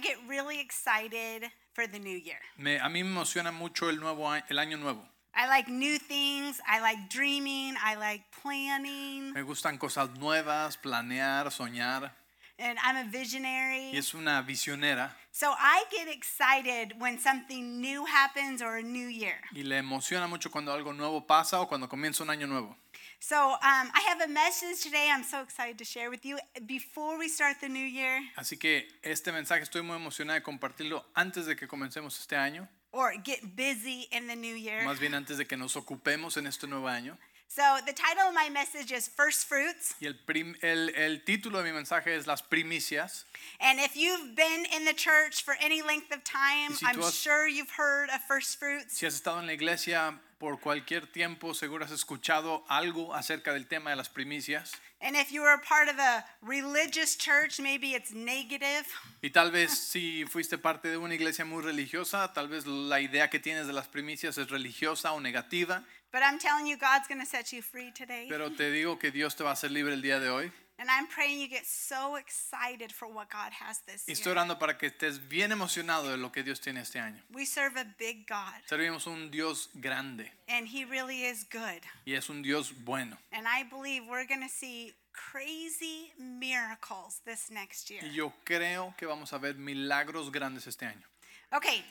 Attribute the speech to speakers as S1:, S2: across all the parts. S1: get really excited for the new year.
S2: Me- a mí me emociona mucho el, nuevo, a- el año nuevo.
S1: I like new things. I like dreaming. I like planning.
S2: Me gustan cosas nuevas, planear, soñar.
S1: And I'm a
S2: Y
S1: visionary.
S2: es una visionera
S1: So I get excited when something new happens or a new year.
S2: y le emociona mucho cuando algo nuevo pasa o cuando comienza un año nuevo.
S1: So um, I have a message today I'm so excited to share with you before we start the new year
S2: Así que este mensaje estoy muy emocionada de compartirlo antes de que comencemos este año,
S1: or get busy in the new year.
S2: más bien antes de que nos ocupemos en este nuevo año.
S1: So the title of my message is First Fruits.
S2: Y el, prim- el- el título de mi mensaje es Las primicias.
S1: And if you've been in the church for any length of time,
S2: Y si tú
S1: I'm
S2: has-
S1: sure you've heard of First Fruits.
S2: Si has estado en la iglesia por cualquier tiempo, seguro has escuchado algo acerca del tema de las primicias.
S1: And if you were a part of a religious church, maybe it's negative.
S2: Y tal vez si fuiste parte de una iglesia muy religiosa, tal vez la idea que tienes de las primicias es religiosa o negativa,
S1: But I'm telling you, God's going to set you free today.
S2: pero te digo que Dios te va a hacer libre el día de hoy.
S1: And I'm praying you get so excited for what God has this
S2: Y estoy
S1: year.
S2: orando para que estés bien emocionado de lo que Dios tiene este año.
S1: We serve a big God,
S2: Servimos a un Dios grande
S1: and He really is good.
S2: y es un Dios bueno.
S1: And I believe we're going to see crazy miracles this next year.
S2: Y yo creo que vamos a ver milagros grandes este año.
S1: Okay,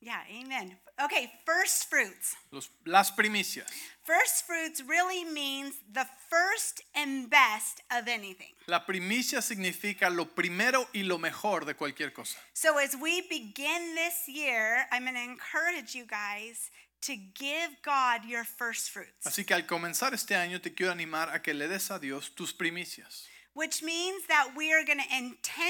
S1: yeah, amen. Okay, first fruits.
S2: Los- las primicias.
S1: First fruits really means the first and best of anything.
S2: La primicia significa lo primero y lo mejor de cualquier cosa.
S1: So, as we begin this year, I'm going to encourage you guys to give God your first fruits,
S2: Así que al comenzar este año te quiero animar a que le des a Dios tus primicias.
S1: which means that we are going to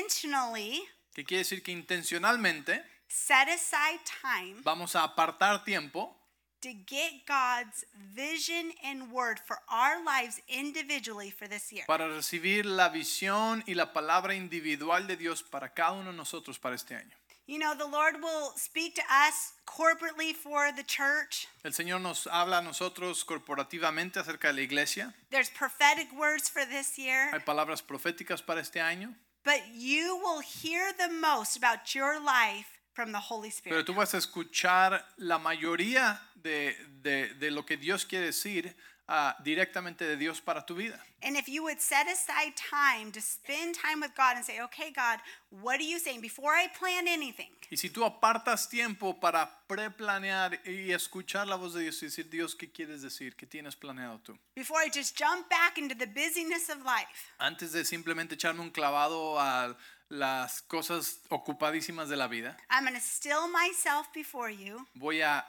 S1: intentionally
S2: Que quiere decir que intencionalmente
S1: set aside time
S2: vamos a apartar tiempo
S1: to get God's vision and word for our lives individually for this year.
S2: para recibir la visión y la palabra individual de Dios para cada uno de nosotros para este año.
S1: You know, the Lord will speak to us corporately for the church.
S2: El Señor nos habla a nosotros corporativamente acerca de la iglesia.
S1: There's prophetic words for this year.
S2: Hay palabras proféticas para este año.
S1: But you will hear the most about your life from the Holy
S2: Pero
S1: Spirit.
S2: tú vas a escuchar la mayoría de, de- de lo que Dios quiere decir ah, directamente de Dios para tu vida.
S1: And if you would set aside time to spend time with God and say, okay, God, what are you saying? Before I plan anything,
S2: Y si tú apartas tiempo para preplanear y escuchar la voz de Dios y decir, Dios, ¿qué quieres decir? ¿Qué tienes planeado tú?
S1: before I just jump back into the busyness of life,
S2: Antes de simplemente echarme un clavado a las cosas ocupadísimas de la vida,
S1: I'm going to still myself before you.
S2: voy a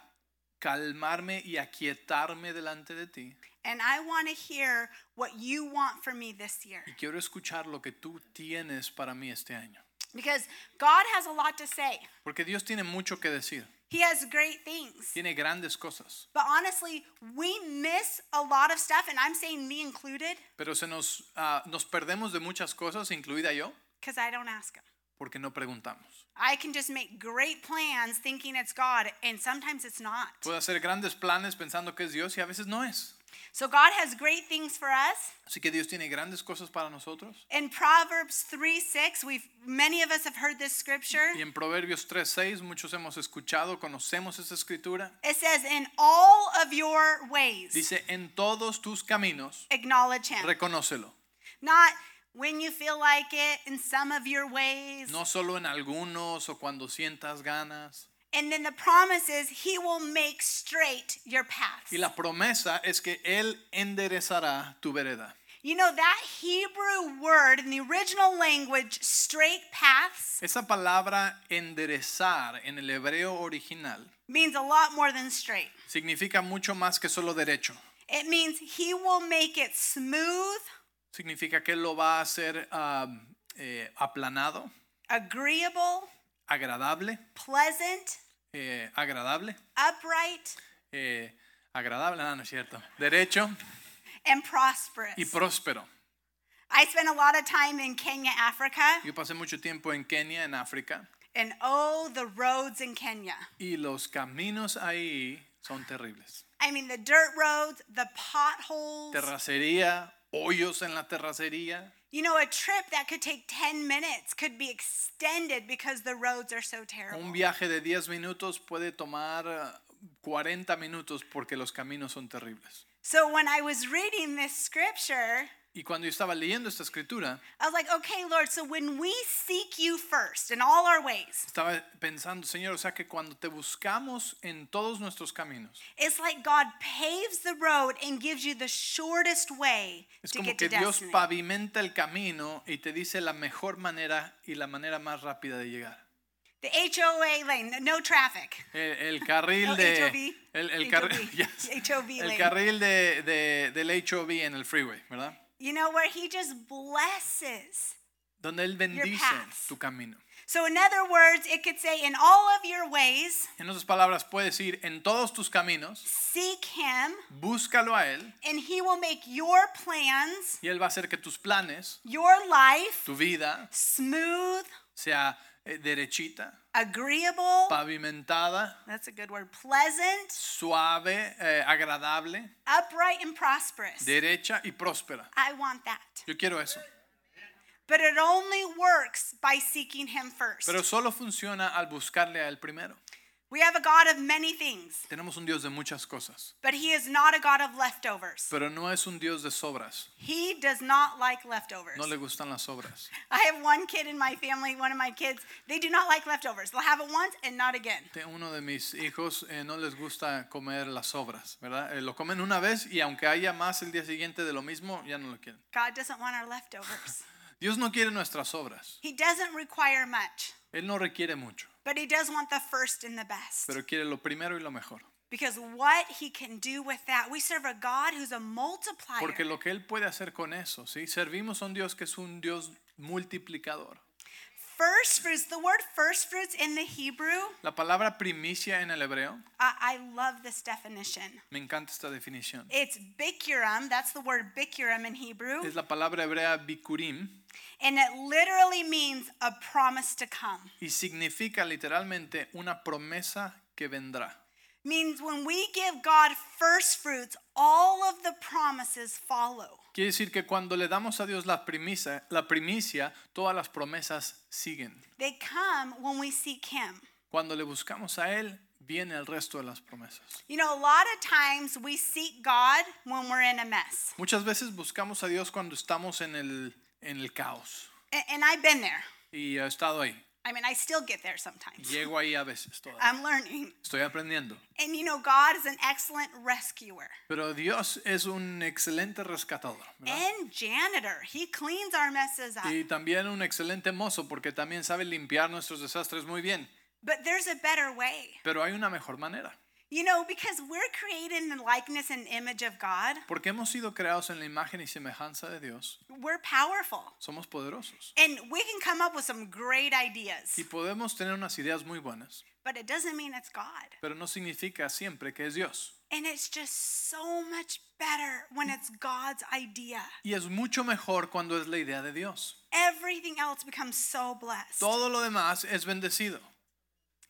S2: calmarme y aquietarme delante de ti.
S1: And I want to hear what you want from me this year.
S2: Y quiero escuchar lo que tú tienes para mí este año.
S1: Because God has a lot to say,
S2: Porque Dios tiene mucho que decir,
S1: He has great things.
S2: tiene grandes cosas.
S1: But honestly, we miss a lot of stuff, and I'm saying me included,
S2: Pero se nos, ah, nos perdemos de muchas cosas, incluida yo,
S1: because I don't ask Him.
S2: porque no preguntamos.
S1: I can just make great plans thinking it's God, and sometimes it's not.
S2: Puedo hacer grandes planes pensando que es Dios y a veces no es.
S1: So God has great things for us.
S2: Así que Dios tiene grandes cosas para nosotros.
S1: In Proverbs 3 6, we've many of us have heard this scripture.
S2: Y en Proverbios 3:6 muchos hemos escuchado, conocemos esa escritura.
S1: It says, In all of your ways,
S2: Dice, en todos tus caminos,
S1: acknowledge him.
S2: reconócelo.
S1: Not when you feel like it, in some of your ways.
S2: No solo en algunos o cuando sientas ganas.
S1: And then the promise is he will make straight your paths.
S2: Y la promesa es que Él enderezará tu vereda.
S1: You know that Hebrew word in the original language, straight paths,
S2: Esa palabra enderezar en el hebreo original
S1: means a lot more than straight.
S2: significa mucho más que solo derecho.
S1: It means he will make it smooth,
S2: Significa que Él lo va a hacer ah, eh, aplanado,
S1: agreeable,
S2: agradable,
S1: pleasant,
S2: eh, agradable,
S1: upright,
S2: eh, agradable, no, no es cierto, derecho
S1: and prosperous.
S2: y próspero.
S1: I spent a lot of time in Kenya, Africa,
S2: Yo pasé mucho tiempo en Kenia, en África,
S1: and oh, the roads in Kenya.
S2: y los caminos ahí son terribles.
S1: I mean, the dirt roads, the potholes,
S2: Terracería, hoyos en la terracería,
S1: You know, a trip that could take 10 minutes could be extended because the roads are so
S2: Un
S1: terrible.
S2: viaje de 10 minutos puede tomar eh, 40 minutos porque los caminos son terribles.
S1: So when I was reading this scripture,
S2: Y cuando yo estaba leyendo esta escritura,
S1: I was like, okay, Lord, so when we seek you first in all our ways,
S2: estaba pensando, Señor, o sea que cuando te buscamos en todos nuestros caminos,
S1: it's like God paves the road and gives you the shortest way
S2: es
S1: to
S2: como
S1: get
S2: que
S1: to
S2: Dios
S1: destiny.
S2: pavimenta el camino y te dice la mejor manera y la manera más rápida de llegar.
S1: The HOA lane, no traffic.
S2: El, el carril
S1: No,
S2: de...
S1: HOV.
S2: El, el
S1: HOV.
S2: carril- yes.
S1: HOV
S2: El
S1: lane.
S2: carril de, de- del HOV en el freeway, ¿verdad?
S1: You know, where he just blesses.
S2: Donde Él bendice
S1: paths.
S2: tu camino.
S1: So, in other words, it could say, in all of your ways,
S2: En otras palabras, puedes ir en todos tus caminos,
S1: seek him,
S2: búscalo a Él
S1: and he will make your plans,
S2: y Él va a hacer que tus planes,
S1: your life,
S2: tu vida,
S1: smooth,
S2: sea eh, derechita,
S1: agreeable,
S2: pavimentada,
S1: that's a good word, pleasant,
S2: suave, eh, agradable,
S1: upright, and prosperous.
S2: derecha y próspera.
S1: I want that.
S2: Yo quiero eso.
S1: But it only works by seeking him first.
S2: Pero solo funciona al buscarle a Él primero.
S1: We have a God of many things,
S2: Tenemos un Dios de muchas cosas,
S1: but he is not a God of leftovers.
S2: pero no es un Dios de sobras.
S1: He does not like leftovers.
S2: No le gustan las sobras.
S1: I have one kid in my family, one of my kids, they do not like leftovers. They'll have it once and not again.
S2: Te- Uno de mis hijos eh, no les gusta comer las sobras, ¿verdad? Eh, lo comen una vez y aunque haya más el día siguiente de lo mismo, ya no lo quieren.
S1: God doesn't want our leftovers.
S2: Dios no quiere nuestras obras.
S1: He doesn't require much,
S2: Él no requiere mucho,
S1: but He does want the first and the best.
S2: pero quiere lo primero y lo mejor.
S1: Because what He can do with that, we serve a God who's a multiplier.
S2: Porque lo que Él puede hacer con eso, ¿sí? Servimos a un Dios que es un Dios multiplicador.
S1: First fruits, the word first fruits in the Hebrew,
S2: La palabra primicia en el hebreo,
S1: I, I love this definition.
S2: me encanta esta definición.
S1: It's bikurim, that's the word bikurim in Hebrew,
S2: Es la palabra hebrea bikurim
S1: and it literally means a promise to come.
S2: y significa literalmente una promesa que vendrá.
S1: means when we give God first fruits, all of the promises follow.
S2: Quiere decir que cuando le damos a Dios la primicia, la primicia, todas las promesas siguen.
S1: They come when we seek Him.
S2: Cuando le buscamos a Él, viene el resto de las promesas.
S1: You know, a lot of times we seek God when we're in a mess.
S2: Muchas veces buscamos a Dios cuando estamos en el, en el caos.
S1: A- And I've been there.
S2: Y he estado ahí.
S1: I mean, I still get there sometimes.
S2: Llego ahí a veces todavía.
S1: I'm learning.
S2: Estoy aprendiendo.
S1: And you know, God is an excellent rescuer
S2: Pero Dios es un excelente rescatador. ¿verdad?
S1: and janitor. He cleans our messes up.
S2: Y también un excelente mozo porque también sabe limpiar nuestros desastres muy bien.
S1: But there's a better way.
S2: Pero hay una mejor manera.
S1: You know, because we're created in the likeness and image of God,
S2: Porque hemos sido creados en la imagen y semejanza de Dios.
S1: we're powerful.
S2: Somos poderosos.
S1: And we can come up with some great ideas,
S2: Y podemos tener unas ideas muy buenas,
S1: but it doesn't mean it's God.
S2: pero no significa siempre que es Dios.
S1: And it's just so much better when it's God's idea.
S2: Y es mucho mejor cuando es la idea de Dios.
S1: Everything else becomes so blessed.
S2: Todo lo demás es bendecido.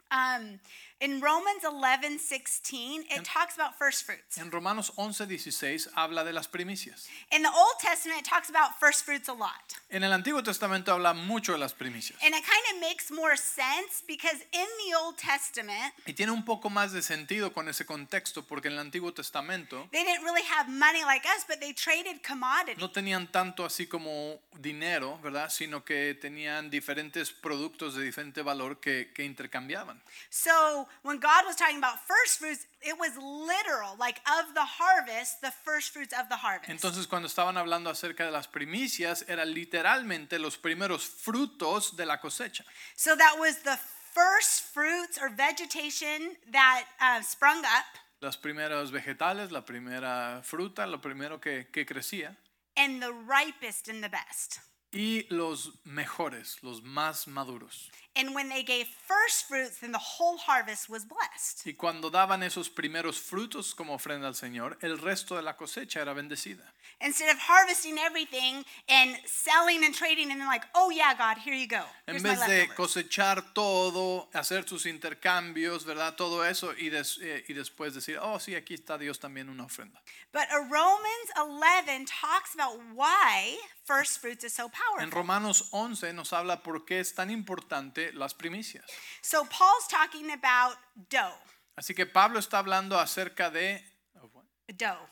S1: Um, in Romans 11 16, it talks about first fruits.
S2: En Romanos 11:16 habla de las primicias.
S1: In the Old Testament, it talks about first fruits a lot.
S2: En el Antiguo Testamento habla mucho de las primicias.
S1: And it kind of makes more sense because in the Old Testament,
S2: Y tiene un poco más de sentido con ese contexto, porque en el Antiguo Testamento
S1: they didn't really have money like us, but they traded commodities.
S2: no tenían tanto así como dinero, ¿verdad? Sino que tenían diferentes productos de diferente valor que, que intercambiaban.
S1: So when God was talking about first fruits, it was literal, like of the harvest, the first fruits of the harvest.
S2: Entonces cuando estaban hablando acerca de las primicias, eran literalmente los primeros frutos de la cosecha.
S1: so that was the first fruits or vegetation that uh, sprung up,
S2: Las primeras vegetales, la primera fruta, lo primero que, que crecía.
S1: and the ripest and the best.
S2: Y los mejores, los más maduros.
S1: And when they gave first fruits, then the whole harvest was blessed.
S2: Y cuando daban esos primeros frutos como ofrenda al Señor, el resto de la cosecha era bendecida.
S1: Instead of harvesting everything and selling and trading and then like, oh yeah, God, here you go.
S2: En
S1: Here's my
S2: vez de
S1: leftovers.
S2: cosechar todo, hacer sus intercambios, ¿verdad? Todo eso y, des- eh, y después decir, oh sí, aquí está Dios también una ofrenda.
S1: But uh, Romans 11 talks about why first fruits is so
S2: En
S1: powerful.
S2: Romanos 11 nos habla por qué es tan importante las primicias.
S1: So Paul's talking about dough,
S2: Así que Pablo está hablando acerca de, oh,
S1: dough.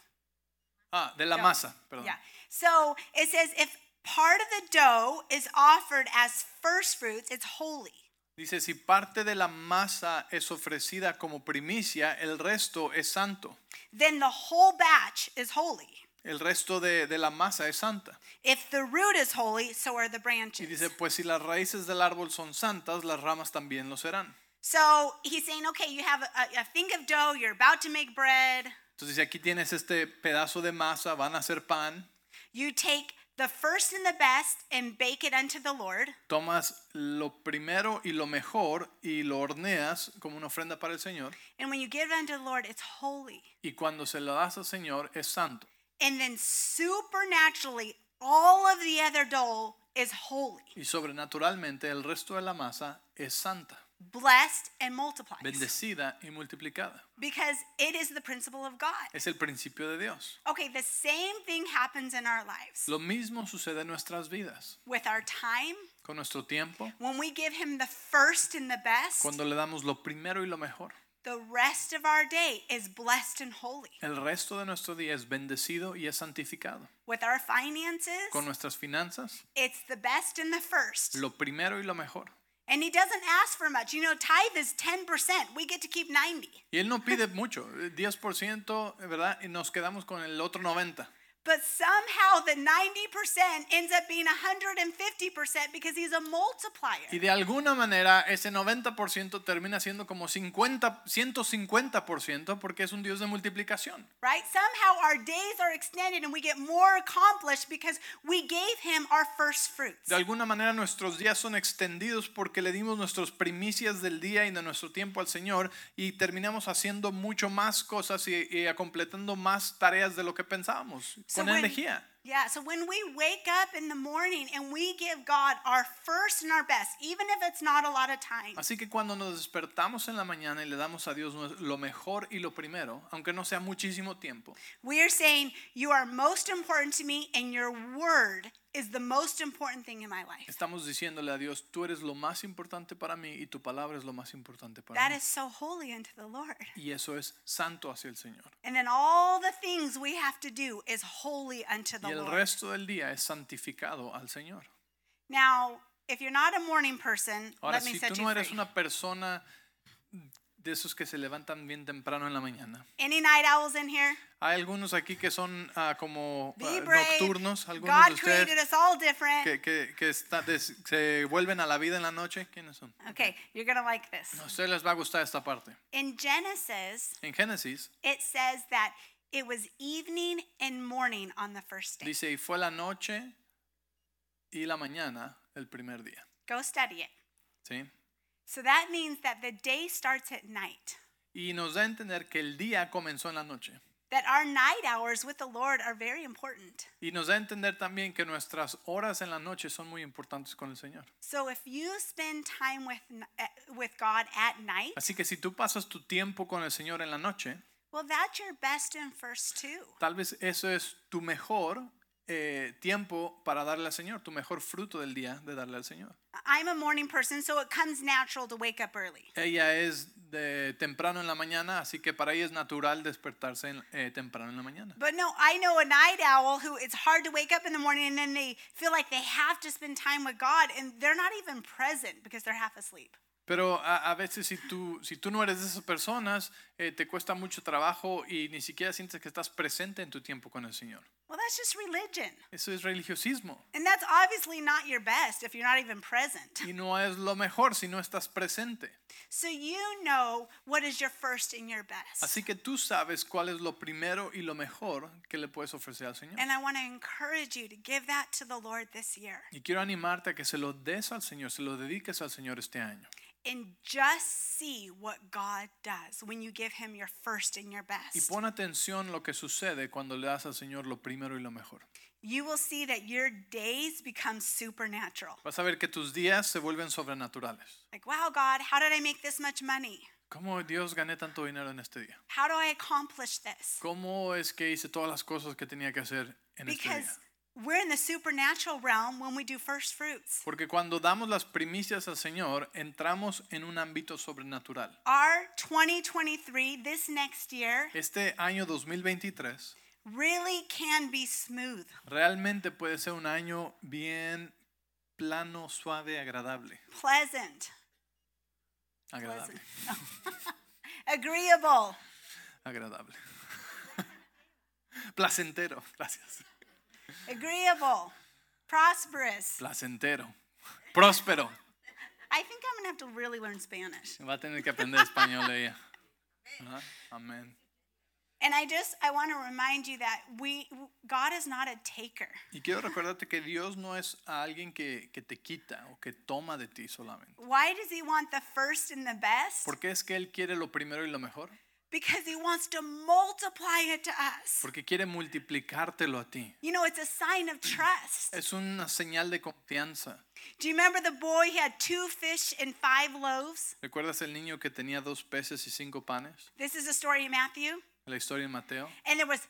S2: ah, de la
S1: Dough.
S2: masa, perdón.
S1: Yeah. So it says if part of the dough is offered as first fruits, it's holy.
S2: Dice, si parte de la masa es ofrecida como primicia, el resto es santo.
S1: Then the whole batch is holy.
S2: El resto de, de la masa es santa.
S1: If the root is holy, so are the
S2: Y
S1: branches.
S2: dice, pues si las raíces del árbol son santas, las ramas también lo serán.
S1: So he's saying, okay, you have a, a thing of dough, you're about to make bread.
S2: Entonces dice, aquí tienes este pedazo de masa, van a hacer pan,
S1: You take the first and the best and bake it unto the Lord.
S2: tomas lo primero y lo mejor y lo horneas como una ofrenda para el Señor.
S1: And when you give it unto the Lord, it's holy.
S2: Y cuando se lo das al Señor, es santo.
S1: And then supernaturally, all of the other dough is holy,
S2: Y sobrenaturalmente el resto de la masa es santa,
S1: blessed, and multiplies.
S2: bendecida y multiplicada.
S1: Because it is the principle of God.
S2: Es el principio de Dios.
S1: Okay, the same thing happens in our lives
S2: Lo mismo sucede en nuestras vidas,
S1: with our time.
S2: con nuestro tiempo,
S1: When we give Him the first and the best,
S2: cuando le damos lo primero y lo mejor.
S1: the rest of our day is blessed and holy.
S2: El resto de nuestro día es bendecido y es santificado.
S1: With our finances,
S2: Con nuestras finanzas,
S1: it's the best and the first.
S2: lo primero y lo mejor.
S1: And He doesn't ask for much. You know, tithe is 10%, we get to keep 90.
S2: Y Él no pide mucho, eh, 10%, ¿verdad? Y nos quedamos con el otro 90%.
S1: But somehow the 90% ends up being 150% because he's a
S2: Y
S1: multiplier.
S2: de alguna manera ese 90% termina siendo como 50, 150% porque es un Dios de multiplicación.
S1: Right? Somehow our days are extended and we get more accomplished because we gave him our first fruits.
S2: De alguna manera nuestros días son extendidos porque le dimos nuestras primicias del día y de nuestro tiempo al Señor y terminamos haciendo mucho más cosas y, y completando más tareas de lo que pensábamos,
S1: So
S2: con
S1: when-
S2: energía.
S1: Yeah, so when we wake up in the morning and we give God our first and our best, even if it's not a lot of time,
S2: Así que cuando nos despertamos en la mañana y le damos a Dios nue- lo mejor y lo primero, aunque no sea muchísimo tiempo,
S1: we are saying, You are most important to me, and your word is the most important thing in my life.
S2: estamos diciéndole a Dios, tú eres lo más importante para mí y tu palabra es lo más importante para
S1: That
S2: mí.
S1: is so holy unto the Lord.
S2: Y eso es santo hacia el Señor.
S1: And then all the things we have to do is holy unto
S2: Y
S1: the
S2: el
S1: Lord.
S2: resto del día es santificado al Señor.
S1: now, if you're not a morning person,
S2: Ahora,
S1: let me
S2: si
S1: set
S2: tú
S1: you
S2: no eres
S1: free.
S2: una persona de esos que se levantan bien temprano en la mañana,
S1: Any night owls in here?
S2: hay algunos aquí que son ah, como
S1: Be
S2: ah,
S1: brave.
S2: nocturnos, algunos de
S1: God created
S2: ustedes
S1: us all different.
S2: que, que- que está- des- se vuelven a la vida en la noche, ¿quiénes son?
S1: Okay, you're going to like this.
S2: A ustedes les va a gustar esta parte.
S1: In Genesis,
S2: En Génesis
S1: it says that it was evening and morning on the first day.
S2: dice, y fue la noche y la mañana el primer día.
S1: Go study it.
S2: ¿sí?
S1: So that means that the day starts at night.
S2: Y nos da a entender que el día comenzó en la noche.
S1: That our night hours with the Lord are very important.
S2: Y nos da a entender también que nuestras horas en la noche son muy importantes con el Señor.
S1: So if you spend time with n- eh, with God at night,
S2: Así que si tú pasas tu tiempo con el Señor en la noche,
S1: well, that's your best and first too.
S2: tal vez eso es tu mejor eh, tiempo para darle al Señor, tu mejor fruto del día de darle al Señor.
S1: I'm a morning person, so it comes natural to wake up early.
S2: Ella es de temprano en la mañana, así que para ella es natural despertarse en- eh, temprano en la mañana.
S1: But no, I know a night owl who it's hard to wake up in the morning and then they feel like they have to spend time with God and they're not even present because they're half asleep.
S2: Pero a, a veces si tú, si tú no eres de esas personas, eh, te cuesta mucho trabajo y ni siquiera sientes que estás presente en tu tiempo con el Señor.
S1: Well, Well, that's just religion.
S2: Eso es religiosismo.
S1: And that's obviously not your best if you're not even present.
S2: Y no es lo mejor si no estás presente.
S1: So you know what is your first and your best.
S2: Así que tú sabes cuál es lo primero y lo mejor que le puedes ofrecer al Señor.
S1: And I want to encourage you to give that to the Lord this year
S2: Y quiero animarte a que se lo des al Señor, se lo dediques al Señor este año.
S1: and just see what God does when you give Him your first and your
S2: Y
S1: best.
S2: pon atención lo que sucede cuando le das al Señor lo primero y lo mejor.
S1: You will see that your days become supernatural.
S2: Vas a ver que tus días se vuelven sobrenaturales.
S1: Like, wow, God, how did I make this much money?
S2: ¿Cómo Dios gané tanto dinero en este día?
S1: How do I accomplish this?
S2: ¿Cómo es que hice todas las cosas que tenía que hacer en este día?
S1: Because we're in the supernatural realm when we do first fruits.
S2: Porque cuando damos las primicias al Señor, entramos en un ámbito sobrenatural.
S1: Our 2023, this next year,
S2: Este año 2023
S1: really can be smooth.
S2: realmente puede ser un año bien plano, suave, agradable.
S1: pleasant,
S2: Agradable.
S1: agreeable.
S2: Agradable. Placentero. Gracias.
S1: Agreeable. Prosperous.
S2: Placentero. Próspero.
S1: I think I'm going to have to really learn Spanish.
S2: Va a tener que aprender español ella. Ajá, Amén.
S1: And I just I want to remind you that we God is not a taker.
S2: Y quiero recordarte que Dios no es a alguien que, que te quita o que toma de ti solamente.
S1: Why does he want the first and the best?
S2: ¿Por qué es que Él quiere lo primero y lo mejor?
S1: Because he wants to multiply it to us.
S2: Porque quiere multiplicártelo a ti.
S1: You know, it's a sign of trust.
S2: Es una señal de confianza.
S1: Do you remember the boy he had two fish and five loaves?
S2: ¿Recuerdas el niño que tenía dos peces y cinco panes?
S1: This is a story in Matthew.
S2: La historia en Mateo.
S1: And there was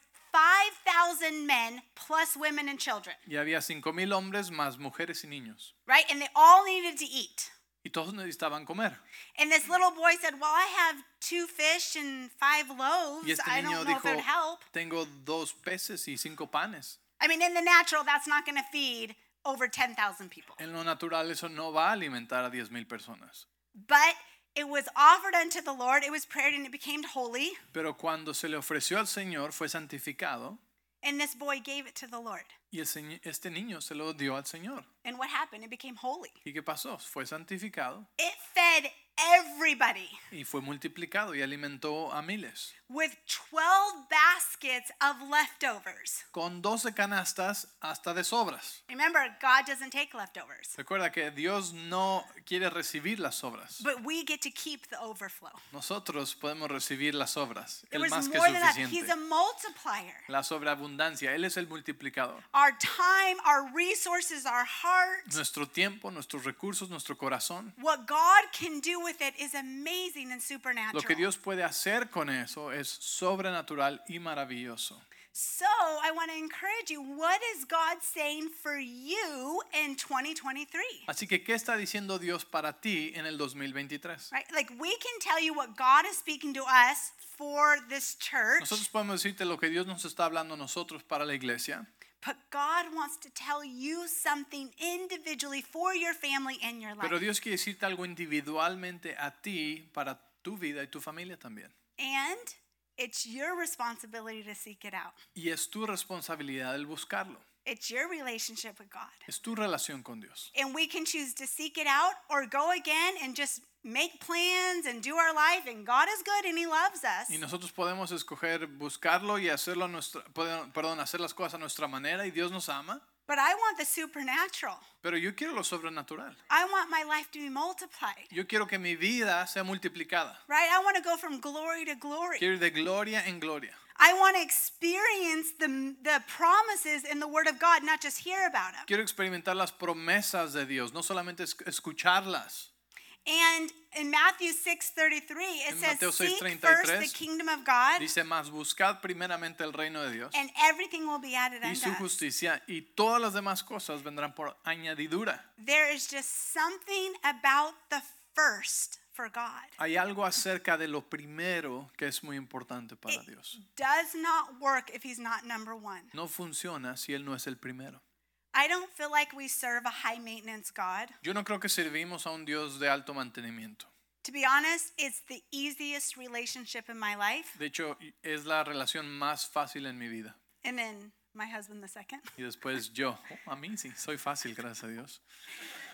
S1: 5,000 men plus women and children.
S2: Y había cinco mil hombres más mujeres y niños.
S1: right? And they all needed to eat.
S2: Y todos necesitaban comer.
S1: And this little boy said, Well, I have two fish and five
S2: Y
S1: loaves.
S2: este
S1: I
S2: niño
S1: don't know if
S2: dijo,
S1: it would help.
S2: tengo dos peces y cinco panes.
S1: I mean, in the natural, that's not going to feed over 10,000 people.
S2: En lo natural eso no va a alimentar a diez mil personas.
S1: But it was offered unto the Lord, it was prayed, and it became holy.
S2: Pero cuando se le ofreció al Señor fue santificado
S1: And this boy gave it to the Lord.
S2: y el señ- este niño se lo dio al Señor.
S1: And what happened? It became holy.
S2: ¿Y qué pasó? Fue santificado
S1: It fed everybody
S2: y fue multiplicado y alimentó a miles.
S1: with 12 baskets of leftovers.
S2: Con 12 canastas hasta de sobras.
S1: Remember, God doesn't take leftovers,
S2: Recuerda que Dios no quiere recibir las sobras.
S1: but we get to keep the overflow.
S2: Nosotros podemos recibir las obras,
S1: It
S2: el
S1: was
S2: más que
S1: more than that. He's a
S2: suficiente.
S1: multiplier.
S2: La sobreabundancia, Él es el multiplicador.
S1: Our time, our resources, our heart,
S2: Nuestro tiempo, nuestros recursos, nuestro corazón.
S1: what God can do with it is amazing and
S2: Lo que
S1: supernatural.
S2: Dios puede hacer con eso es sobrenatural y maravilloso.
S1: So I want to encourage you what is God saying for you in 2023?
S2: Así que, ¿qué está diciendo Dios para ti en el 2023?
S1: Right? Like we can tell you what God is speaking to us for this church,
S2: Nosotros podemos decirte lo que Dios nos está hablando a nosotros para la iglesia,
S1: but God wants to tell you something individually for your family and your
S2: pero
S1: life.
S2: Dios quiere decirte algo individualmente a ti para tu vida y tu familia también.
S1: And it's your responsibility to seek it out.
S2: Y es tu responsabilidad el buscarlo.
S1: It's your relationship with God.
S2: Es tu relación con Dios.
S1: And we can choose to seek it out or go again and just make plans and do our life. And God is good and He loves us.
S2: Y nosotros podemos escoger buscarlo y hacerlo a nuestra, perdón, perdón, hacer las cosas a nuestra manera y Dios nos ama,
S1: But I want the supernatural.
S2: pero yo quiero lo sobrenatural.
S1: I want my life to be multiplied,
S2: Yo quiero que mi vida sea multiplicada.
S1: right? I want to go from glory to glory.
S2: Quiero ir de gloria en gloria.
S1: I want to experience the, the promises in the Word of God, not just hear about them.
S2: Quiero experimentar las promesas de Dios, no solamente es- escucharlas.
S1: And in Matthew 6 33, it
S2: En Mateo
S1: says, Seek
S2: 6:33,
S1: first the kingdom of God,
S2: Dice más, buscad primeramente el reino de Dios
S1: and everything will be added
S2: y
S1: unto
S2: su
S1: us.
S2: justicia y todas las demás cosas vendrán por añadidura.
S1: There is just something about the first for God.
S2: Hay algo acerca de lo primero que es muy importante para
S1: It
S2: Dios.
S1: does not work if he's not number one.
S2: No funciona si Él no es el primero.
S1: I don't feel like we serve a high maintenance God.
S2: Yo no creo que servimos a un Dios de alto mantenimiento.
S1: To be honest, it's the easiest relationship in my life.
S2: De hecho, es la relación más fácil en mi vida.
S1: And then my husband the second.
S2: Y después yo, Oh, a mí sí, soy fácil, gracias a Dios.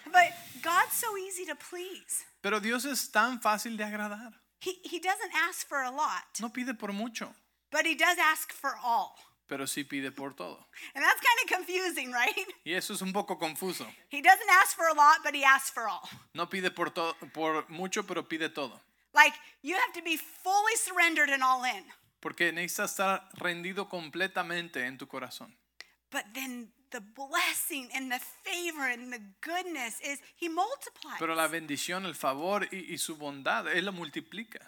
S1: But God's so easy to please.
S2: Pero Dios es tan fácil de agradar.
S1: He, he doesn't ask for a lot,
S2: No pide por mucho,
S1: but he does ask for all.
S2: pero sí pide por todo.
S1: And that's kind of confusing, right?
S2: Y eso es un poco confuso.
S1: He doesn't ask for a lot, but he asks for all.
S2: No pide por, todo, por mucho, pero pide todo.
S1: Like you have to be fully surrendered and all in.
S2: Porque necesitas estar rendido completamente en tu corazón.
S1: But then the blessing and the favor and the goodness is he multiplies.
S2: Pero la bendición, el favor y, y su bondad, Él lo multiplica.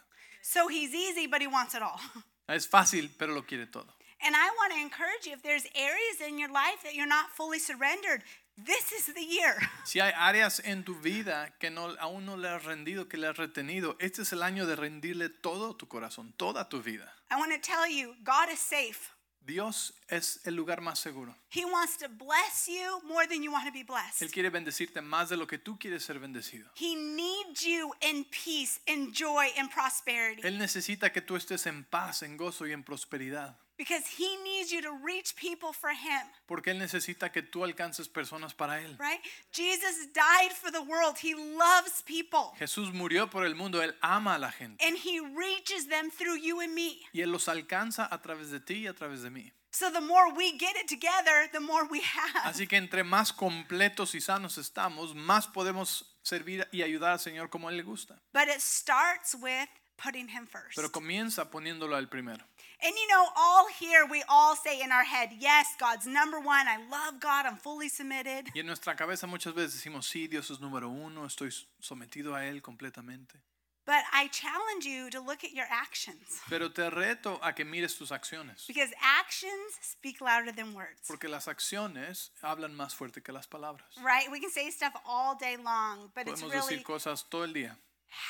S1: so he's easy, but he wants it all.
S2: Es fácil, pero lo quiere todo.
S1: And I want to encourage you if there's areas in your life that you're not fully surrendered, this is the year.
S2: Si hay áreas en tu vida que no, aún no le has rendido, que le has retenido, este es el año de rendirle todo tu corazón, toda tu vida.
S1: I want to tell you, God is safe.
S2: Dios es el lugar más seguro.
S1: He wants to bless you more than you want to be
S2: Él
S1: blessed.
S2: quiere bendecirte más de lo que tú quieres ser bendecido.
S1: He needs you in peace, in joy, in prosperity.
S2: Él necesita que tú estés en paz, en gozo y en prosperidad.
S1: Because he needs you to reach people for him,
S2: Porque Él necesita que tú alcances personas para Él.
S1: right? Jesus died for the world. He loves people
S2: Jesús murió por el mundo, Él ama a la gente.
S1: and he reaches them through you and me.
S2: Y Él los alcanza a través de ti y a través de mí.
S1: So the more we get it together, the more we have.
S2: Así que entre más completos y sanos estamos, más podemos servir y ayudar al Señor como a Él le gusta.
S1: But it starts with putting him first.
S2: Pero comienza poniéndolo al primero.
S1: And you know, all here we all say in our head, yes, God's number one. I love God. I'm fully submitted.
S2: Y en nuestra cabeza muchas veces decimos, sí, Dios es número uno, estoy sometido a Él completamente.
S1: But I challenge you to look at your actions
S2: Pero te reto a que mires tus acciones,
S1: because actions speak louder than words.
S2: porque las acciones hablan más fuerte que las palabras.
S1: Right? We can say stuff all day long, but it's
S2: Podemos decir
S1: really
S2: cosas todo el día,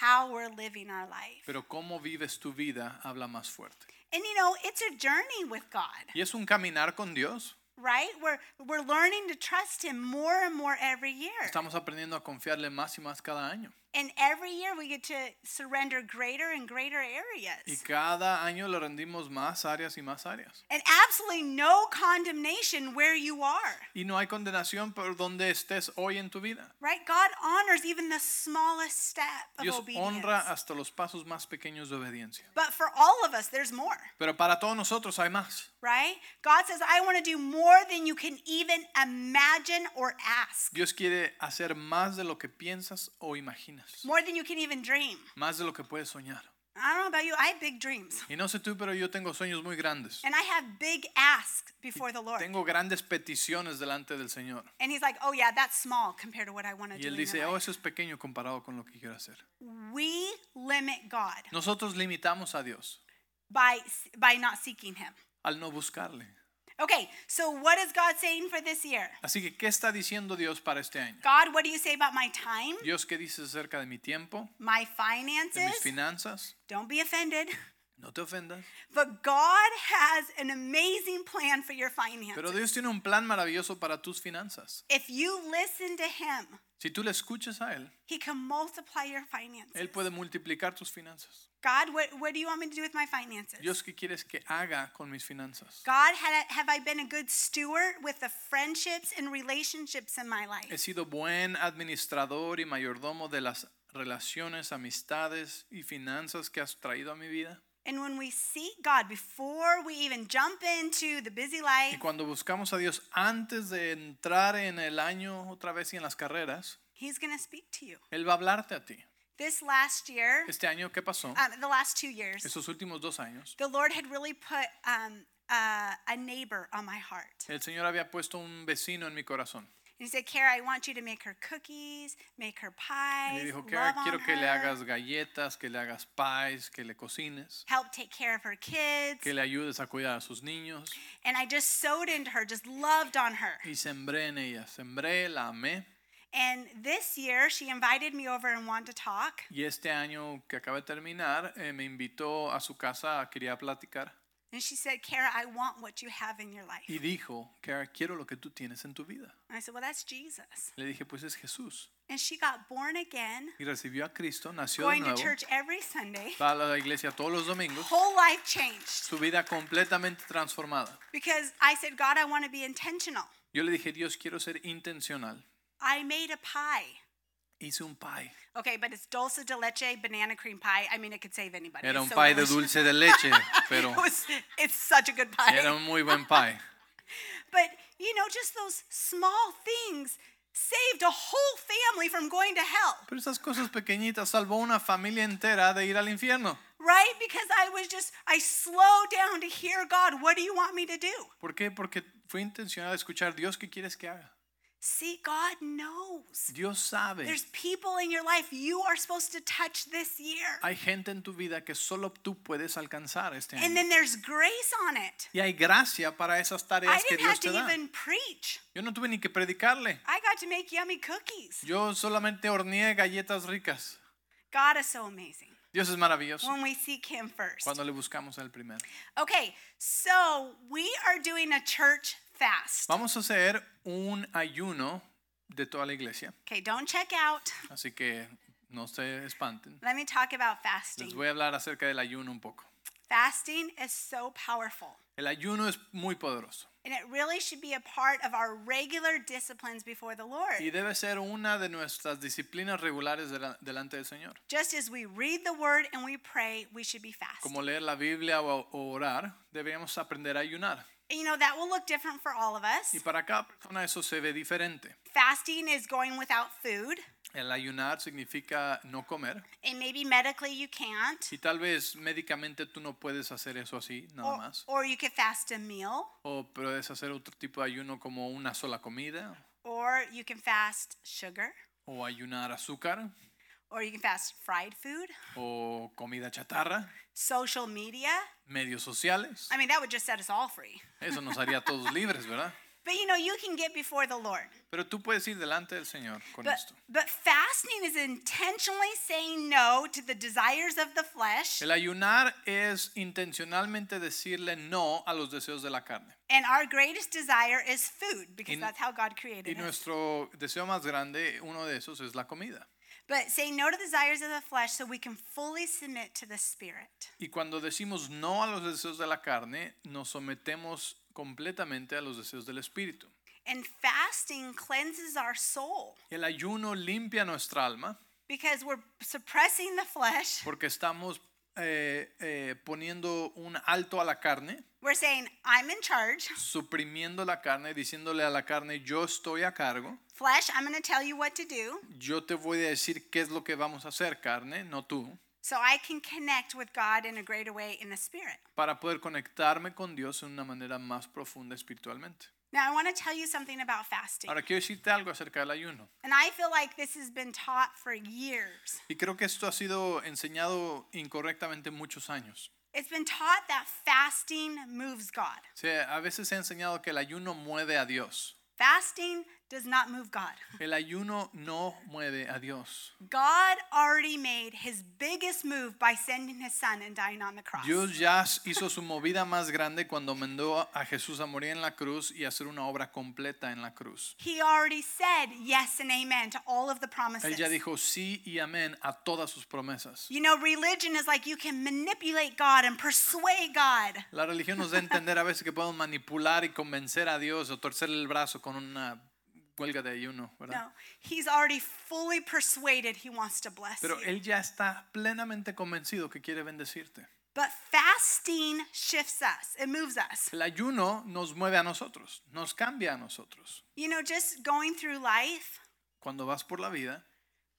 S1: how we're living our life.
S2: pero cómo vives tu vida habla más fuerte.
S1: And you know, it's a journey with God,
S2: Y es un caminar con Dios.
S1: right? We're we're learning to trust him more and more every year.
S2: Estamos aprendiendo a confiarle más y más cada año.
S1: And every year we get to surrender greater and greater
S2: Y
S1: areas.
S2: cada año le rendimos más áreas y más áreas.
S1: And absolutely no condemnation where you are.
S2: Y no hay condenación por donde estés hoy en tu vida.
S1: Right? God honors even the smallest step of
S2: Dios
S1: obedience.
S2: honra hasta los pasos más pequeños de obediencia.
S1: But for all of us, there's more,
S2: Pero para todos nosotros hay más.
S1: right? God says, I want to do more than you can even imagine or ask,
S2: Dios quiere hacer más de lo que piensas o imaginas,
S1: more than you can even dream.
S2: más de lo que puedes soñar.
S1: I don't know about you, I have big dreams.
S2: Y no sé tú, pero yo tengo sueños muy grandes.
S1: And I have big asks before the Lord.
S2: Tengo grandes peticiones delante del Señor.
S1: And He's like, oh, yeah, that's small compared to what I want to
S2: Y
S1: do.
S2: Él
S1: in your
S2: dice, oh,
S1: life."
S2: eso es pequeño comparado con lo que quiero hacer.
S1: We limit God
S2: Nosotros limitamos a Dios
S1: by, by not seeking Him.
S2: al no buscarle.
S1: Okay, so what is God saying for this year?
S2: Así que, ¿qué está diciendo Dios para este año?
S1: God, what do you say about my time,
S2: Dios, ¿qué dices acerca de mi tiempo,
S1: my
S2: de mis
S1: finances?
S2: finanzas?
S1: Don't be offended.
S2: No te ofendas.
S1: But God has an amazing plan for your finances.
S2: Pero Dios tiene un plan maravilloso para tus finanzas.
S1: if you listen to Him,
S2: Si tú le escuchas a Él,
S1: He can multiply your finances.
S2: Él puede multiplicar tus finanzas.
S1: God, what, what do you want me to do with my finances?
S2: Dios, ¿qué quieres que haga con mis finanzas?
S1: God, had I- have I been a good steward with the friendships and relationships in my life?
S2: He sido buen administrador y mayordomo de las relaciones, amistades y finanzas que has traído a mi vida.
S1: And when we seek God before we even jump into the busy
S2: Y
S1: life,
S2: cuando buscamos a Dios antes de entrar en el año otra vez y en las carreras,
S1: He's going to speak to you.
S2: Él va a hablarte a ti.
S1: This last year,
S2: Este año, ¿qué pasó?
S1: um, the last two years,
S2: Estos últimos dos años,
S1: the Lord had really put um, uh, a neighbor on my heart.
S2: el Señor había puesto un vecino en mi corazón.
S1: And he said, Kara, I want you to make her cookies, make her
S2: Y le
S1: pies,
S2: dijo, Kara,
S1: love on
S2: quiero que le
S1: her,
S2: hagas galletas, que le hagas pies, que le cocines,
S1: help take care of her kids.
S2: que le ayudes a cuidar a sus niños.
S1: And I just sewed into her, just loved on her.
S2: Y sembré en ella, sembré, la amé.
S1: And this year, she invited me over and wanted to talk.
S2: Y este año que acaba de terminar, eh, me invitó a su casa, quería platicar.
S1: And she said, Kara, I want what you have in your life.
S2: Y dijo, Kara, quiero lo que tú tienes en tu vida.
S1: And I said, Well, that's Jesus.
S2: Le dije, pues es Jesús.
S1: And she got born again,
S2: Y recibió a Cristo, nació de
S1: going to
S2: nuevo,
S1: church every Sunday.
S2: va a la iglesia todos los domingos,
S1: Whole life changed
S2: su vida completamente transformada.
S1: because I said, God, I want to be intentional.
S2: Yo le dije, Dios, quiero ser intencional.
S1: I made a pie.
S2: Hice un pie.
S1: Okay, but it's dulce de leche banana cream pie. I mean, it could save anybody.
S2: Era
S1: It's
S2: un
S1: so
S2: pie de
S1: delicious.
S2: dulce de leche, pero
S1: It was, it's such a good pie.
S2: era un muy buen pie.
S1: But you know, just those small things saved a whole family from going to hell,
S2: Pero esas cosas pequeñitas salvó a una familia entera de ir al infierno.
S1: right? Because I was just I slowed down to hear God. What do you want me to do?
S2: ¿Por qué? Porque fue intencional escuchar Dios qué quieres que haga.
S1: See, God knows.
S2: Dios sabe.
S1: There's people in your life you are supposed to touch this year.
S2: Hay gente en tu vida que solo tú puedes alcanzar este
S1: And
S2: año.
S1: then there's grace on it.
S2: Y hay gracia para esas
S1: I
S2: tareas que
S1: didn't have
S2: Dios
S1: to
S2: te da.
S1: even preach.
S2: Yo no tuve ni que predicarle.
S1: I got to make yummy cookies.
S2: Yo solamente horneé galletas ricas.
S1: God is so amazing
S2: Dios es maravilloso
S1: when we seek Him first.
S2: cuando le buscamos al primero.
S1: Okay, so we are doing a church fast.
S2: Vamos a hacer un ayuno de toda la iglesia.
S1: Okay, don't check out.
S2: Así que no se espanten.
S1: Let me talk about
S2: Les
S1: fasting.
S2: voy a hablar acerca del ayuno un poco.
S1: Fasting is so powerful,
S2: El ayuno es muy poderoso
S1: and it really should be a part of our regular disciplines before the
S2: y
S1: Lord.
S2: debe ser una de nuestras disciplinas regulares dela- delante del Señor.
S1: Just as we read the word and we pray, we should be fasting.
S2: Como leer la Biblia o o orar, deberíamos aprender a ayunar.
S1: And you know, that will look different for all of us.
S2: Y para cada persona eso se ve diferente.
S1: Fasting is going without food,
S2: El ayunar significa no comer
S1: and maybe medically you can't,
S2: y tal vez médicamente tú no puedes hacer eso así, nada
S1: or,
S2: más.
S1: or you could fast a meal,
S2: O puedes hacer otro tipo de ayuno como una sola comida
S1: or you can fast sugar,
S2: o ayunar azúcar
S1: or you can fast fried food.
S2: o comida chatarra,
S1: social media.
S2: medios sociales.
S1: I mean, that would just set us all free.
S2: Eso nos haría a todos libres, ¿verdad?
S1: But you know, you can get before the Lord.
S2: Pero tú puedes ir delante del Señor con
S1: But,
S2: esto.
S1: but fasting is intentionally saying no to the desires of the flesh
S2: El ayunar es intencionalmente decirle no a los deseos de la carne.
S1: and our greatest desire is food because
S2: Y-
S1: that's how God
S2: Y
S1: created us.
S2: nuestro deseo más grande, uno de esos, es la comida.
S1: But saying no to the desires of the flesh so we can fully submit to the spirit.
S2: Y cuando decimos no a los deseos de la carne, nos sometemos completamente a los deseos del Espíritu.
S1: And fasting cleanses our soul
S2: El ayuno limpia nuestra alma
S1: because we're suppressing the flesh.
S2: porque estamos eh, eh, poniendo un alto a la carne,
S1: We're saying, I'm in charge.
S2: suprimiendo la carne, diciéndole a la carne, yo estoy a cargo,
S1: Flesh, I'm going to tell you what to do.
S2: yo te voy a decir qué es lo que vamos a hacer, carne, no tú,
S1: so I can connect with God in a greater way in the spirit.
S2: para poder conectarme con Dios en una manera más profunda espiritualmente.
S1: Now, I want to tell you something about fasting.
S2: Ahora quiero decirte algo acerca del ayuno.
S1: And I feel like this has been taught for years.
S2: Y creo que esto ha sido enseñado incorrectamente muchos años.
S1: It's been taught that fasting moves God.
S2: O sea, a veces se ha enseñado que el ayuno mueve a Dios.
S1: Fasting does not move God.
S2: El ayuno no mueve a Dios.
S1: God already made his biggest move by sending his son and dying on the cross.
S2: Dios ya hizo su movida más grande cuando mandó a Jesús a morir en la cruz y a hacer una obra completa en la cruz.
S1: He already said yes and amen to all of the promises.
S2: Él ya dijo sí y amén a todas sus promesas.
S1: You know, religion is like you can manipulate God and persuade God.
S2: La religión nos da a entender a veces que podemos manipular y convencer a Dios o torcerle el brazo con una huelga de ayuno,
S1: No,
S2: ¿verdad?
S1: he's already fully persuaded he wants to bless
S2: Pero
S1: you.
S2: Él ya está plenamente convencido que quiere bendecirte.
S1: But fasting shifts us, it moves us.
S2: El ayuno nos mueve a nosotros, nos cambia a nosotros.
S1: You know, just going through life,
S2: Cuando vas por la vida,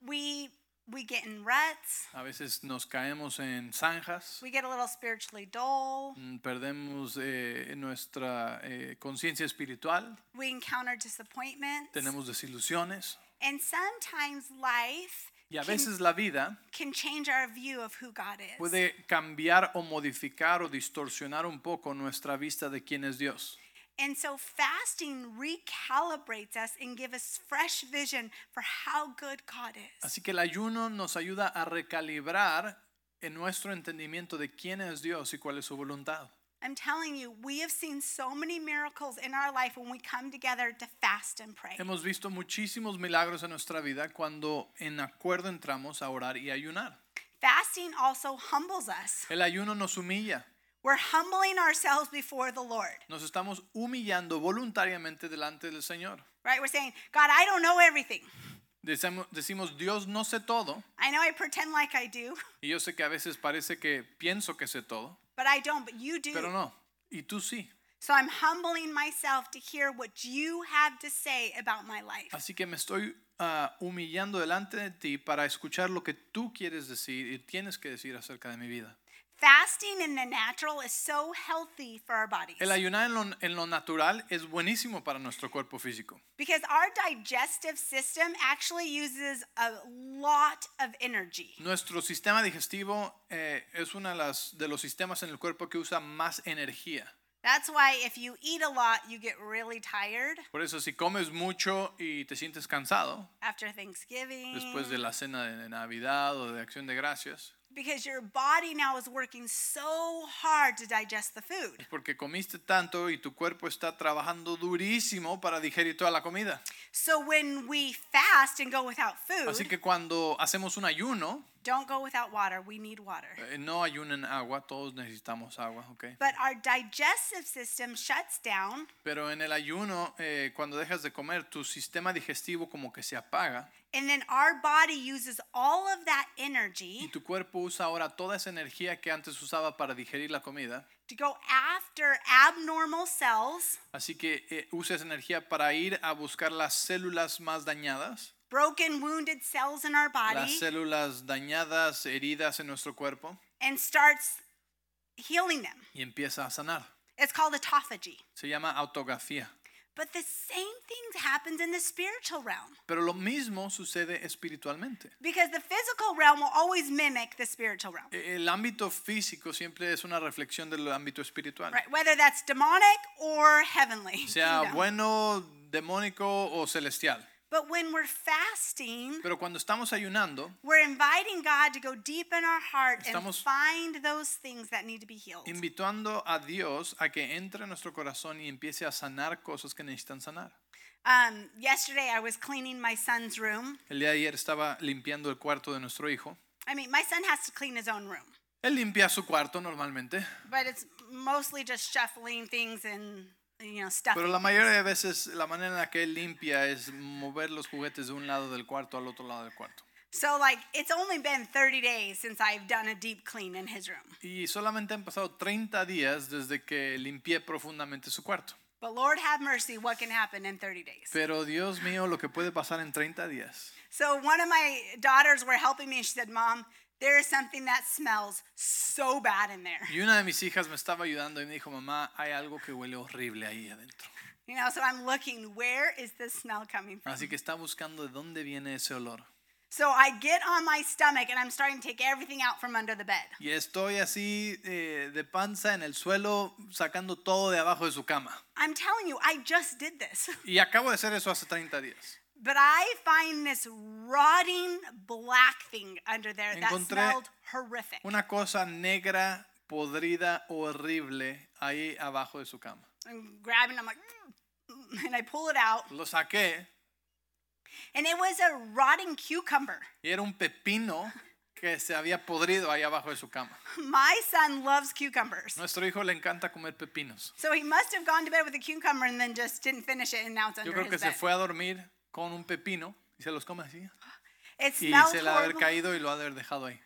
S1: we we get in ruts,
S2: a veces nos caemos en zanjas,
S1: we get a little spiritually dull,
S2: mm, perdemos eh, nuestra eh, conciencia espiritual,
S1: we encounter disappointments,
S2: tenemos desilusiones
S1: and sometimes life
S2: y a
S1: can,
S2: veces la vida
S1: can change our view of who God is.
S2: puede cambiar o modificar o distorsionar un poco nuestra vista de quién es Dios.
S1: And so fasting recalibrates us and give us fresh vision for how good God is.
S2: Así que el ayuno nos ayuda a recalibrar en nuestro entendimiento de quién es Dios y cuál es su voluntad.
S1: I'm telling you, we have seen so many miracles in our life when we come together to fast and pray.
S2: Hemos visto muchísimos milagros en nuestra vida cuando en acuerdo entramos a orar y ayunar.
S1: Fasting also humbles us.
S2: El ayuno nos humilla.
S1: We're humbling ourselves before the Lord,
S2: Nos estamos humillando voluntariamente delante del Señor.
S1: right? We're saying, God, I don't know everything.
S2: Decimo- Decimos, Dios no sé todo,
S1: I know I pretend like I do,
S2: y yo sé que a veces parece que pienso que sé todo,
S1: but I don't, but you do.
S2: pero no, y tú sí.
S1: So I'm humbling myself to hear what you have to say about my life.
S2: Así que me estoy ah, humillando delante de ti para escuchar lo que tú quieres decir y tienes que decir acerca de mi vida.
S1: Fasting in the natural is so healthy for our bodies
S2: El ayunar en lo, en lo natural es buenísimo para nuestro cuerpo físico,
S1: because our digestive system actually uses a lot of energy.
S2: Nuestro sistema digestivo eh, es uno de, las- de los sistemas en el cuerpo que usa más energía.
S1: That's why if you eat a lot, you get really tired
S2: Por eso si comes mucho y te sientes cansado
S1: after Thanksgiving
S2: después de la cena de Navidad o de Acción de Gracias,
S1: because your body now is working so hard to digest the food.
S2: porque comiste tanto y tu cuerpo está trabajando durísimo para digerir toda la comida.
S1: So when we fast and go without
S2: Así
S1: food,
S2: que cuando hacemos un ayuno,
S1: don't go without water. We need water.
S2: eh, no ayunen agua, todos necesitamos agua, ¿ok?
S1: But our digestive system shuts down
S2: Pero en el ayuno, eh, cuando dejas de comer, tu sistema digestivo como que se apaga
S1: And then our body uses all of that
S2: Y
S1: energy
S2: tu cuerpo usa ahora toda esa energía que antes usaba para digerir la comida.
S1: to go after abnormal cells,
S2: Así que eh, usa esa energía para ir a buscar las células más dañadas,
S1: broken, wounded cells in our
S2: las
S1: body,
S2: células dañadas, heridas en nuestro cuerpo,
S1: and starts healing them.
S2: y empieza a sanar.
S1: It's called autophagy.
S2: Se llama autogafía.
S1: But the same thing happens in the spiritual realm
S2: Pero lo mismo sucede espiritualmente.
S1: because the physical realm will always mimic the spiritual realm,
S2: E- El ámbito físico siempre es una reflexión del ámbito espiritual.
S1: right? Whether that's demonic or heavenly.
S2: Sea
S1: kingdom.
S2: bueno, demónico o celestial.
S1: But when we're fasting,
S2: Pero cuando estamos ayunando,
S1: We're inviting God to go deep in our heart and
S2: Estamos-
S1: find those things that need to be healed.
S2: invitando a Dios a que entre en nuestro corazón y empiece a sanar cosas que necesitan sanar.
S1: Um, yesterday, I was cleaning my son's room.
S2: El día de ayer estaba limpiando el cuarto de nuestro hijo.
S1: I mean, my son has to clean his own room,
S2: Él limpia su cuarto normalmente,
S1: but it's mostly just shuffling things and you know stuff.
S2: pero la mayoría de veces la manera en la que él limpia es mover los juguetes de un lado del cuarto al otro lado del cuarto.
S1: So like, it's only been 30 days since I've done a deep clean in his room.
S2: Y solamente han pasado 30 días desde que limpié profundamente su cuarto.
S1: But Lord have mercy, what can happen in 30 days?
S2: Pero Dios mío, lo que puede pasar en 30 días.
S1: So one of my daughters were helping me, and she said, "Mom, there is something that smells so bad in there."
S2: Y una de mis hijas me estaba ayudando y me dijo, mamá, hay algo que huele horrible ahí adentro.
S1: You know, so I'm looking, where is this smell coming from?
S2: Así que está buscando de dónde viene ese olor.
S1: So I get on my stomach and I'm starting to take everything out from under the bed.
S2: Y estoy así eh, de panza en el suelo sacando todo de abajo de su cama.
S1: I'm telling you, I just did this.
S2: Y acabo de hacer eso hace 30 días.
S1: But I find this rotting black thing under there that
S2: Encontré
S1: smelled horrific.
S2: Una cosa negra, podrida, horrible ahí abajo de su cama.
S1: I'm grabbing, I'm like, "Mm," and I pull it out.
S2: Lo saqué
S1: And it was a rotting cucumber.
S2: y era un pepino que se había podrido ahí abajo de su cama.
S1: My son loves cucumbers.
S2: Nuestro hijo le encanta comer pepinos.
S1: So he must have gone to bed with a cucumber and then just didn't finish it and now it's
S2: Yo
S1: under
S2: creo que
S1: his
S2: se
S1: bed.
S2: fue a dormir con un pepino y se los come así.
S1: It
S2: Y
S1: smelled
S2: se le ha de haber
S1: horrible.
S2: caído y lo ha de haber dejado ahí.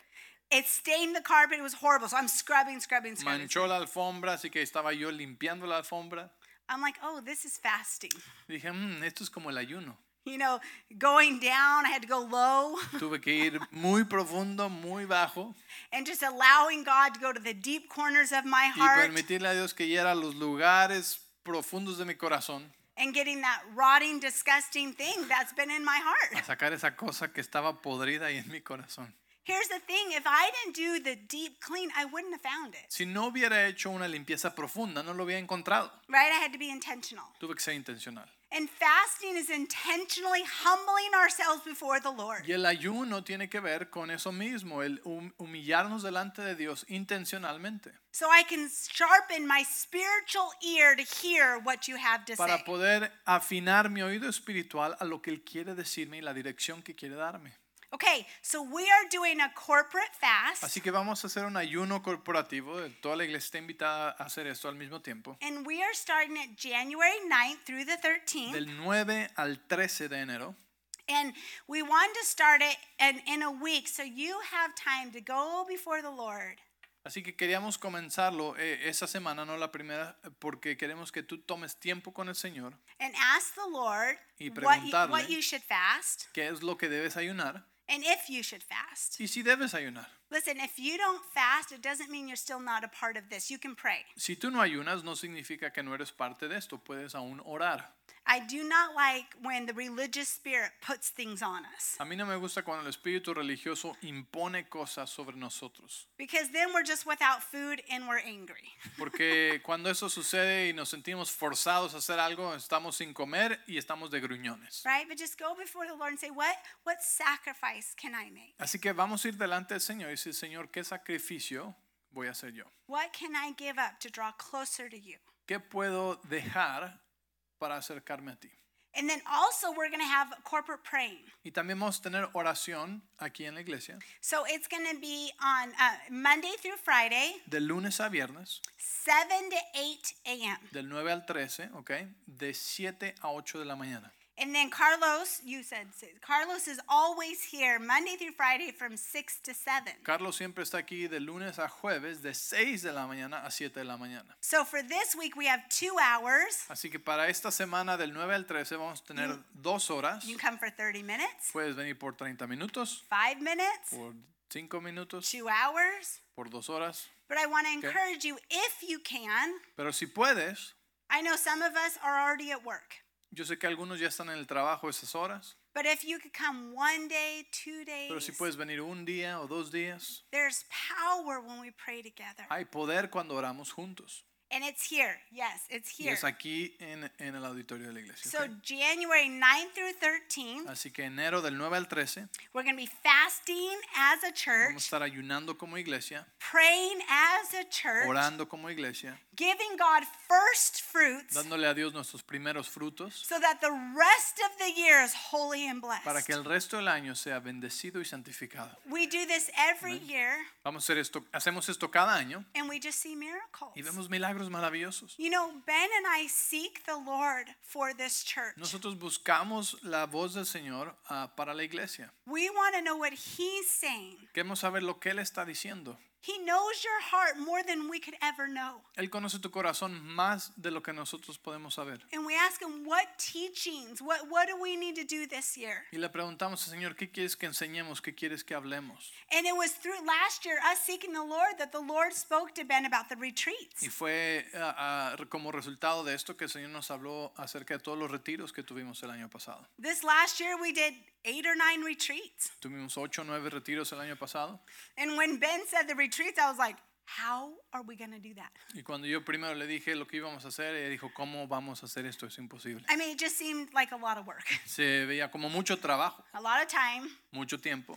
S1: It stained the carpet. It was horrible. So I'm scrubbing, scrubbing, scrubbing.
S2: Manchó la alfombra, así que estaba yo limpiando la alfombra.
S1: I'm like, oh, this is fasting.
S2: Dije, "Mm, esto es como el ayuno.
S1: You know, going down, I had to go low
S2: Tuve que ir muy profundo, muy bajo
S1: and just allowing God to go to the deep corners of my
S2: y
S1: heart
S2: permitirle a Dios que llegara a los lugares profundos de mi corazón
S1: and getting that rotting, disgusting thing that's been in my
S2: a
S1: heart.
S2: sacar esa cosa que estaba podrida ahí en mi corazón.
S1: Here's the thing if I didn't do the deep clean, I wouldn't have found it,
S2: Si no hubiera hecho una limpieza profunda, no lo hubiera encontrado.
S1: right? I had to be intentional.
S2: Tuve que ser intencional.
S1: And fasting is intentionally humbling ourselves before the Lord.
S2: Y el ayuno tiene que ver con eso mismo, el hum- humillarnos delante de Dios intencionalmente
S1: So I can sharpen my spiritual ear to hear what you have to say.
S2: para poder afinar mi oído espiritual a lo que Él quiere decirme y la dirección que quiere darme.
S1: Okay, so we are doing a corporate fast
S2: Así que vamos a hacer un ayuno corporativo, eh, toda la iglesia está invitada a hacer esto al mismo tiempo,
S1: and we are starting it January 9th through the 13th.
S2: del 9 al 13 de enero.
S1: And we want to start it and in a week so you have time to go before the Lord.
S2: Así que queríamos comenzarlo eh, esa semana, no la primera, eh, porque queremos que tú tomes tiempo con el Señor,
S1: and ask the Lord
S2: Y
S1: what you,
S2: preguntarle.
S1: what you should fast
S2: qué es lo que debes ayunar
S1: and if you should fast.
S2: y si debes ayunar.
S1: Listen, if you don't fast, it doesn't mean you're still not a part of this. You can pray.
S2: Si tú no ayunas, no significa que no eres parte de esto, puedes aún orar.
S1: I do not like when the religious spirit puts things on us
S2: A mí no me gusta cuando el espíritu religioso impone cosas sobre nosotros,
S1: because then we're just without food and we're angry.
S2: porque cuando eso sucede y nos sentimos forzados a hacer algo, estamos sin comer y estamos de gruñones.
S1: Right? But just go before the Lord and say, "What what sacrifice can I make?
S2: Así que vamos a ir delante del Señor y decir, Señor, ¿qué sacrificio voy a hacer yo?
S1: What can I give up to draw closer to you?"
S2: ¿Qué puedo dejar para acercarme a ti?
S1: And then also we're going to have corporate praying.
S2: Y también vamos a tener oración aquí en la iglesia,
S1: So it's going to be on uh, Monday through Friday,
S2: de lunes a viernes,
S1: 7 to 8 a.m.
S2: del 9 al 13, ¿ok? De 7 a 8 de la mañana.
S1: And then Carlos, you said Carlos is always here Monday through Friday from 6 to 7.
S2: Carlos siempre está aquí de lunes a jueves, de 6 de la mañana a 7 de la mañana.
S1: So for this week, we have two hours.
S2: Así que para esta semana del 9 al 13 vamos a tener dos horas.
S1: You can come for 30 minutes,
S2: Puedes venir por 30 minutos,
S1: five minutes,
S2: por 5 minutos,
S1: two hours.
S2: por 2 horas.
S1: But I want to encourage you, if you can,
S2: Pero si puedes,
S1: I know some of us are already at work,
S2: yo sé que algunos ya están en el trabajo esas horas,
S1: but if you could come one day, two
S2: pero si
S1: days,
S2: puedes venir un día o dos días,
S1: there's power when we pray together.
S2: hay poder cuando oramos juntos.
S1: And it's here. Yes, it's
S2: Y
S1: here.
S2: es aquí en, en el auditorio de la iglesia.
S1: So
S2: ¿ok?
S1: January 9th through 13th,
S2: Así que enero del 9 al 13
S1: we're going to be fasting as a
S2: vamos a
S1: church,
S2: estar ayunando como iglesia,
S1: praying as a church,
S2: orando como iglesia,
S1: giving God first fruits
S2: dándole a Dios nuestros primeros frutos
S1: so that the rest of the year is holy and
S2: para que
S1: blessed.
S2: el resto del año sea bendecido y santificado.
S1: We do this every year
S2: Vamos a hacer esto, hacemos esto cada año
S1: and we just see
S2: y
S1: miracles.
S2: vemos milagros maravillosos.
S1: You know, Ben and I seek the Lord for this church.
S2: Nosotros buscamos la voz del Señor ah, para la iglesia.
S1: We want to know what He's saying.
S2: Queremos saber lo que Él está diciendo.
S1: He knows your heart more than we could ever know.
S2: Él conoce tu corazón más de lo que nosotros podemos saber.
S1: And we ask him, what teachings, what, what do we need to do this year?
S2: Y le preguntamos al Señor, ¿qué quieres que enseñemos? ¿Qué quieres que hablemos?
S1: And it was through last year, us seeking the Lord, that the Lord spoke to Ben about the
S2: Y
S1: retreats.
S2: fue ah, ah, como resultado de esto que el Señor nos habló acerca de todos los retiros que tuvimos el año pasado.
S1: This last year, we did eight or nine retreats.
S2: Tuvimos ocho o nueve retiros el año pasado.
S1: And when Ben said the retreats, I was like, how are we going to do that?
S2: Y cuando yo primero le dije lo que íbamos a hacer, ella dijo, ¿cómo vamos a hacer esto? Es imposible.
S1: I mean, it just seemed like a lot of work,
S2: Se veía como mucho trabajo,
S1: a lot of time,
S2: mucho tiempo,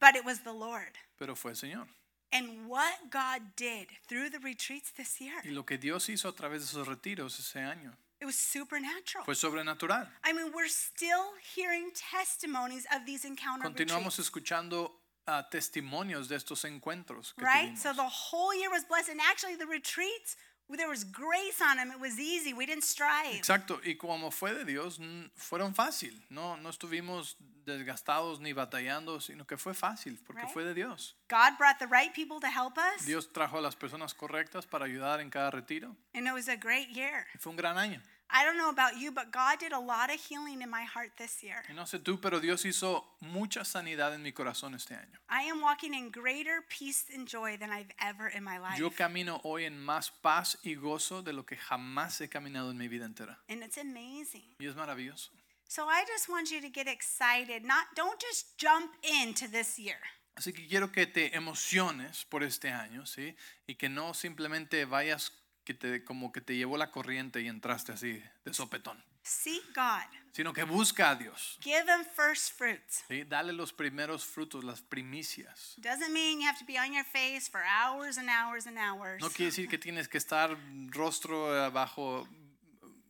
S1: but it was the Lord.
S2: pero fue el Señor.
S1: And what God did through the retreats this year,
S2: Y lo que Dios hizo a través de esos retiros ese año
S1: it was supernatural.
S2: fue sobrenatural.
S1: I mean, we're still hearing testimonies of these encounter retreats.
S2: Continuamos escuchando ah, testimonios de estos encuentros que
S1: right? So the
S2: tuvimos.
S1: whole year was blessed, and actually the retreats there was grace on them. It was easy. We didn't strive.
S2: Exacto, y como fue de Dios, n- fueron fácil, no, no estuvimos desgastados ni batallando, sino que fue fácil, porque
S1: Right.
S2: fue de Dios.
S1: God brought the right people to help us,
S2: Dios trajo a las personas correctas para ayudar en cada retiro.
S1: and it was a great year.
S2: Y fue un gran año.
S1: I don't know about you, but God did a lot of healing in my heart this year.
S2: Y no sé tú, pero Dios hizo mucha sanidad en mi corazón este año.
S1: I am walking in greater peace and joy than I've ever in my life,
S2: Yo camino hoy en más paz y gozo de lo que jamás he caminado en mi vida entera.
S1: and it's amazing.
S2: Y es maravilloso.
S1: So I just want you to get excited. Not don't just jump into this year.
S2: Así que quiero que te emociones por este año, ¿sí? Y que no simplemente vayas que te, como que te llevó la corriente y entraste así de sopetón.
S1: Seek God.
S2: sino que busca a Dios.
S1: Give him first fruits.
S2: ¿sí? Dale los primeros frutos, las primicias.
S1: Doesn't mean you have to be on your face for hours and hours and hours.
S2: No quiere decir que tienes que estar rostro abajo,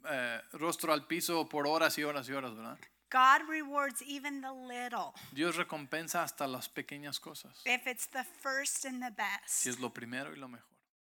S2: eh, rostro al piso por horas y horas y horas, ¿verdad?
S1: God rewards even the little
S2: Dios recompensa hasta las pequeñas cosas,
S1: if it's the first and the best.
S2: si es lo primero y lo mejor.